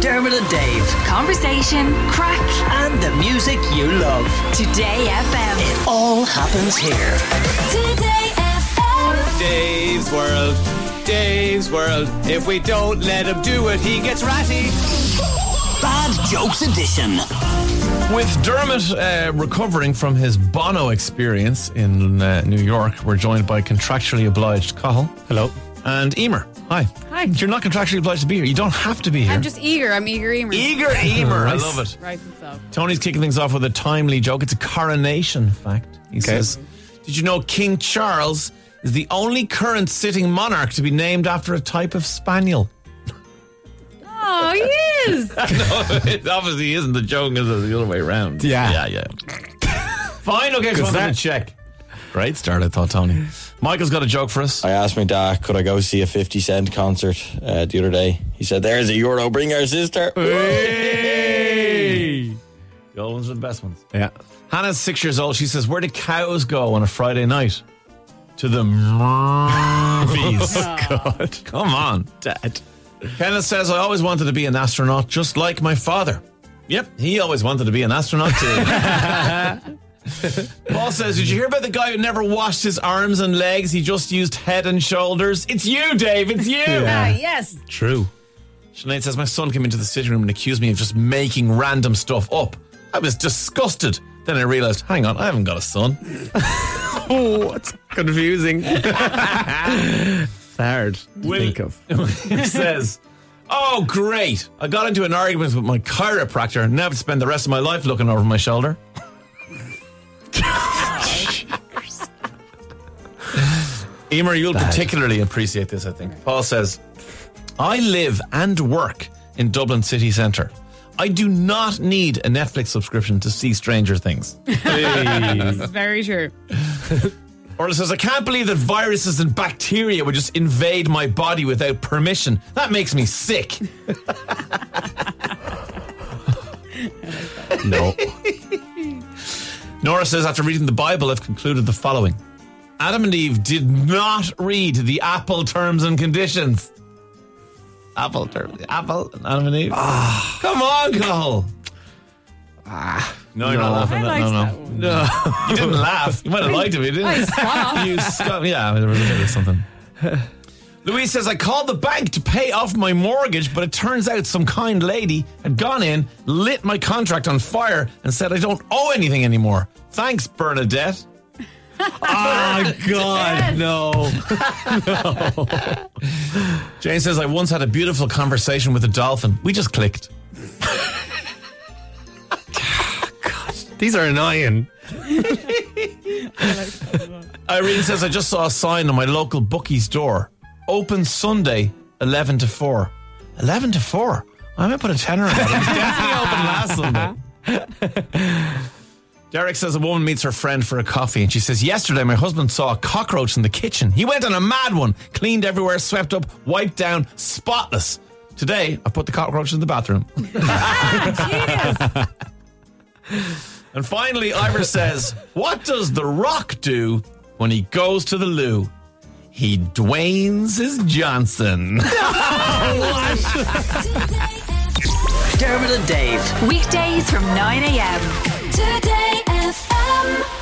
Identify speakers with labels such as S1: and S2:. S1: Dermot and Dave,
S2: Conversation, crack,
S1: and the music you love.
S2: Today FM.
S1: It all happens here.
S2: Today FM.
S3: Dave's World, Dave's World. If we don't let him do it, he gets ratty.
S1: Bad Jokes Edition.
S4: With Dermot uh, recovering from his Bono experience in uh, New York, we're joined by contractually obliged Cahill. Hello. And Emer. Hi.
S5: Hi.
S4: You're not contractually obliged to be here. You don't have to be here.
S5: I'm just eager. I'm eager eager.
S4: eager Emer. I
S5: Nice.
S4: love it.
S5: Right and so.
S4: Tony's kicking things off with a timely joke. It's a coronation fact. He says, Did you know King Charles is the only current sitting monarch to be named after a type of spaniel?
S5: Oh, he is.
S4: no, it obviously isn't. The joke is the other way around.
S6: Yeah.
S4: Yeah, yeah. Fine, okay, come on, check. Great start, I thought, Tony. Michael's got a joke for us.
S7: I asked my dad, could I go see a 50 Cent concert uh, the other day? He said, There's a euro, bring our sister.
S4: Hey! The old ones are the best ones.
S6: Yeah.
S4: Hannah's six years old. She says, Where do cows go on a Friday night? To the movies. God. Come on, Dad. Kenneth says, I always wanted to be an astronaut, just like my father. Yep, he always wanted to be an astronaut too. Paul says, Did you hear about the guy who never washed his arms and legs? He just used head and shoulders. It's you, Dave. It's you.
S5: Ah, yes.
S4: True. Sinead says, My son came into the sitting room and accused me of just making random stuff up. I was disgusted. Then I realised, hang on, I haven't got a son.
S6: Oh, it's confusing. it's hard to
S4: Will-
S6: think of.
S4: he says, Oh, great. I got into an argument with my chiropractor and now I have to spend the rest of my life looking over my shoulder. Emer, you'll particularly appreciate this, I think. Paul says, I live and work in Dublin city centre. I do not need a Netflix subscription to see Stranger Things.
S5: This is very true.
S4: Orla says, I can't believe that viruses and bacteria would just invade my body without permission. That makes me sick.
S6: No.
S4: Nora says, after reading the Bible, I've concluded the following Adam and Eve did not read the Apple terms and conditions. Apple terms. Apple, and Adam and Eve. Come on, Cole. no, you're not laughing.
S5: I
S4: No, no,
S5: liked that one.
S4: no. no. you didn't laugh. You might have liked it, but you didn't. you scu- yeah, there was a bit of something. Louise says, I called the bank to pay off my mortgage, but it turns out some kind lady had gone in, lit my contract on fire, and said I don't owe anything anymore. Thanks, Bernadette.
S6: oh, God, no.
S4: Jane says, I once had a beautiful conversation with a dolphin. We just clicked.
S6: These are annoying.
S4: Irene says, I just saw a sign on my local bookie's door. Open Sunday, 11 to 4. 11 to 4? I might put a tenner on that. It was definitely open last Sunday. Derek says a woman meets her friend for a coffee and she says, Yesterday my husband saw a cockroach in the kitchen. He went on a mad one, cleaned everywhere, swept up, wiped down, spotless. Today I put the cockroach in the bathroom. And finally, Ivor says, What does The Rock do when he goes to the loo? He Dwayne's his Johnson.
S1: Dermot and Dave.
S2: Weekdays from 9 a.m. Today FM.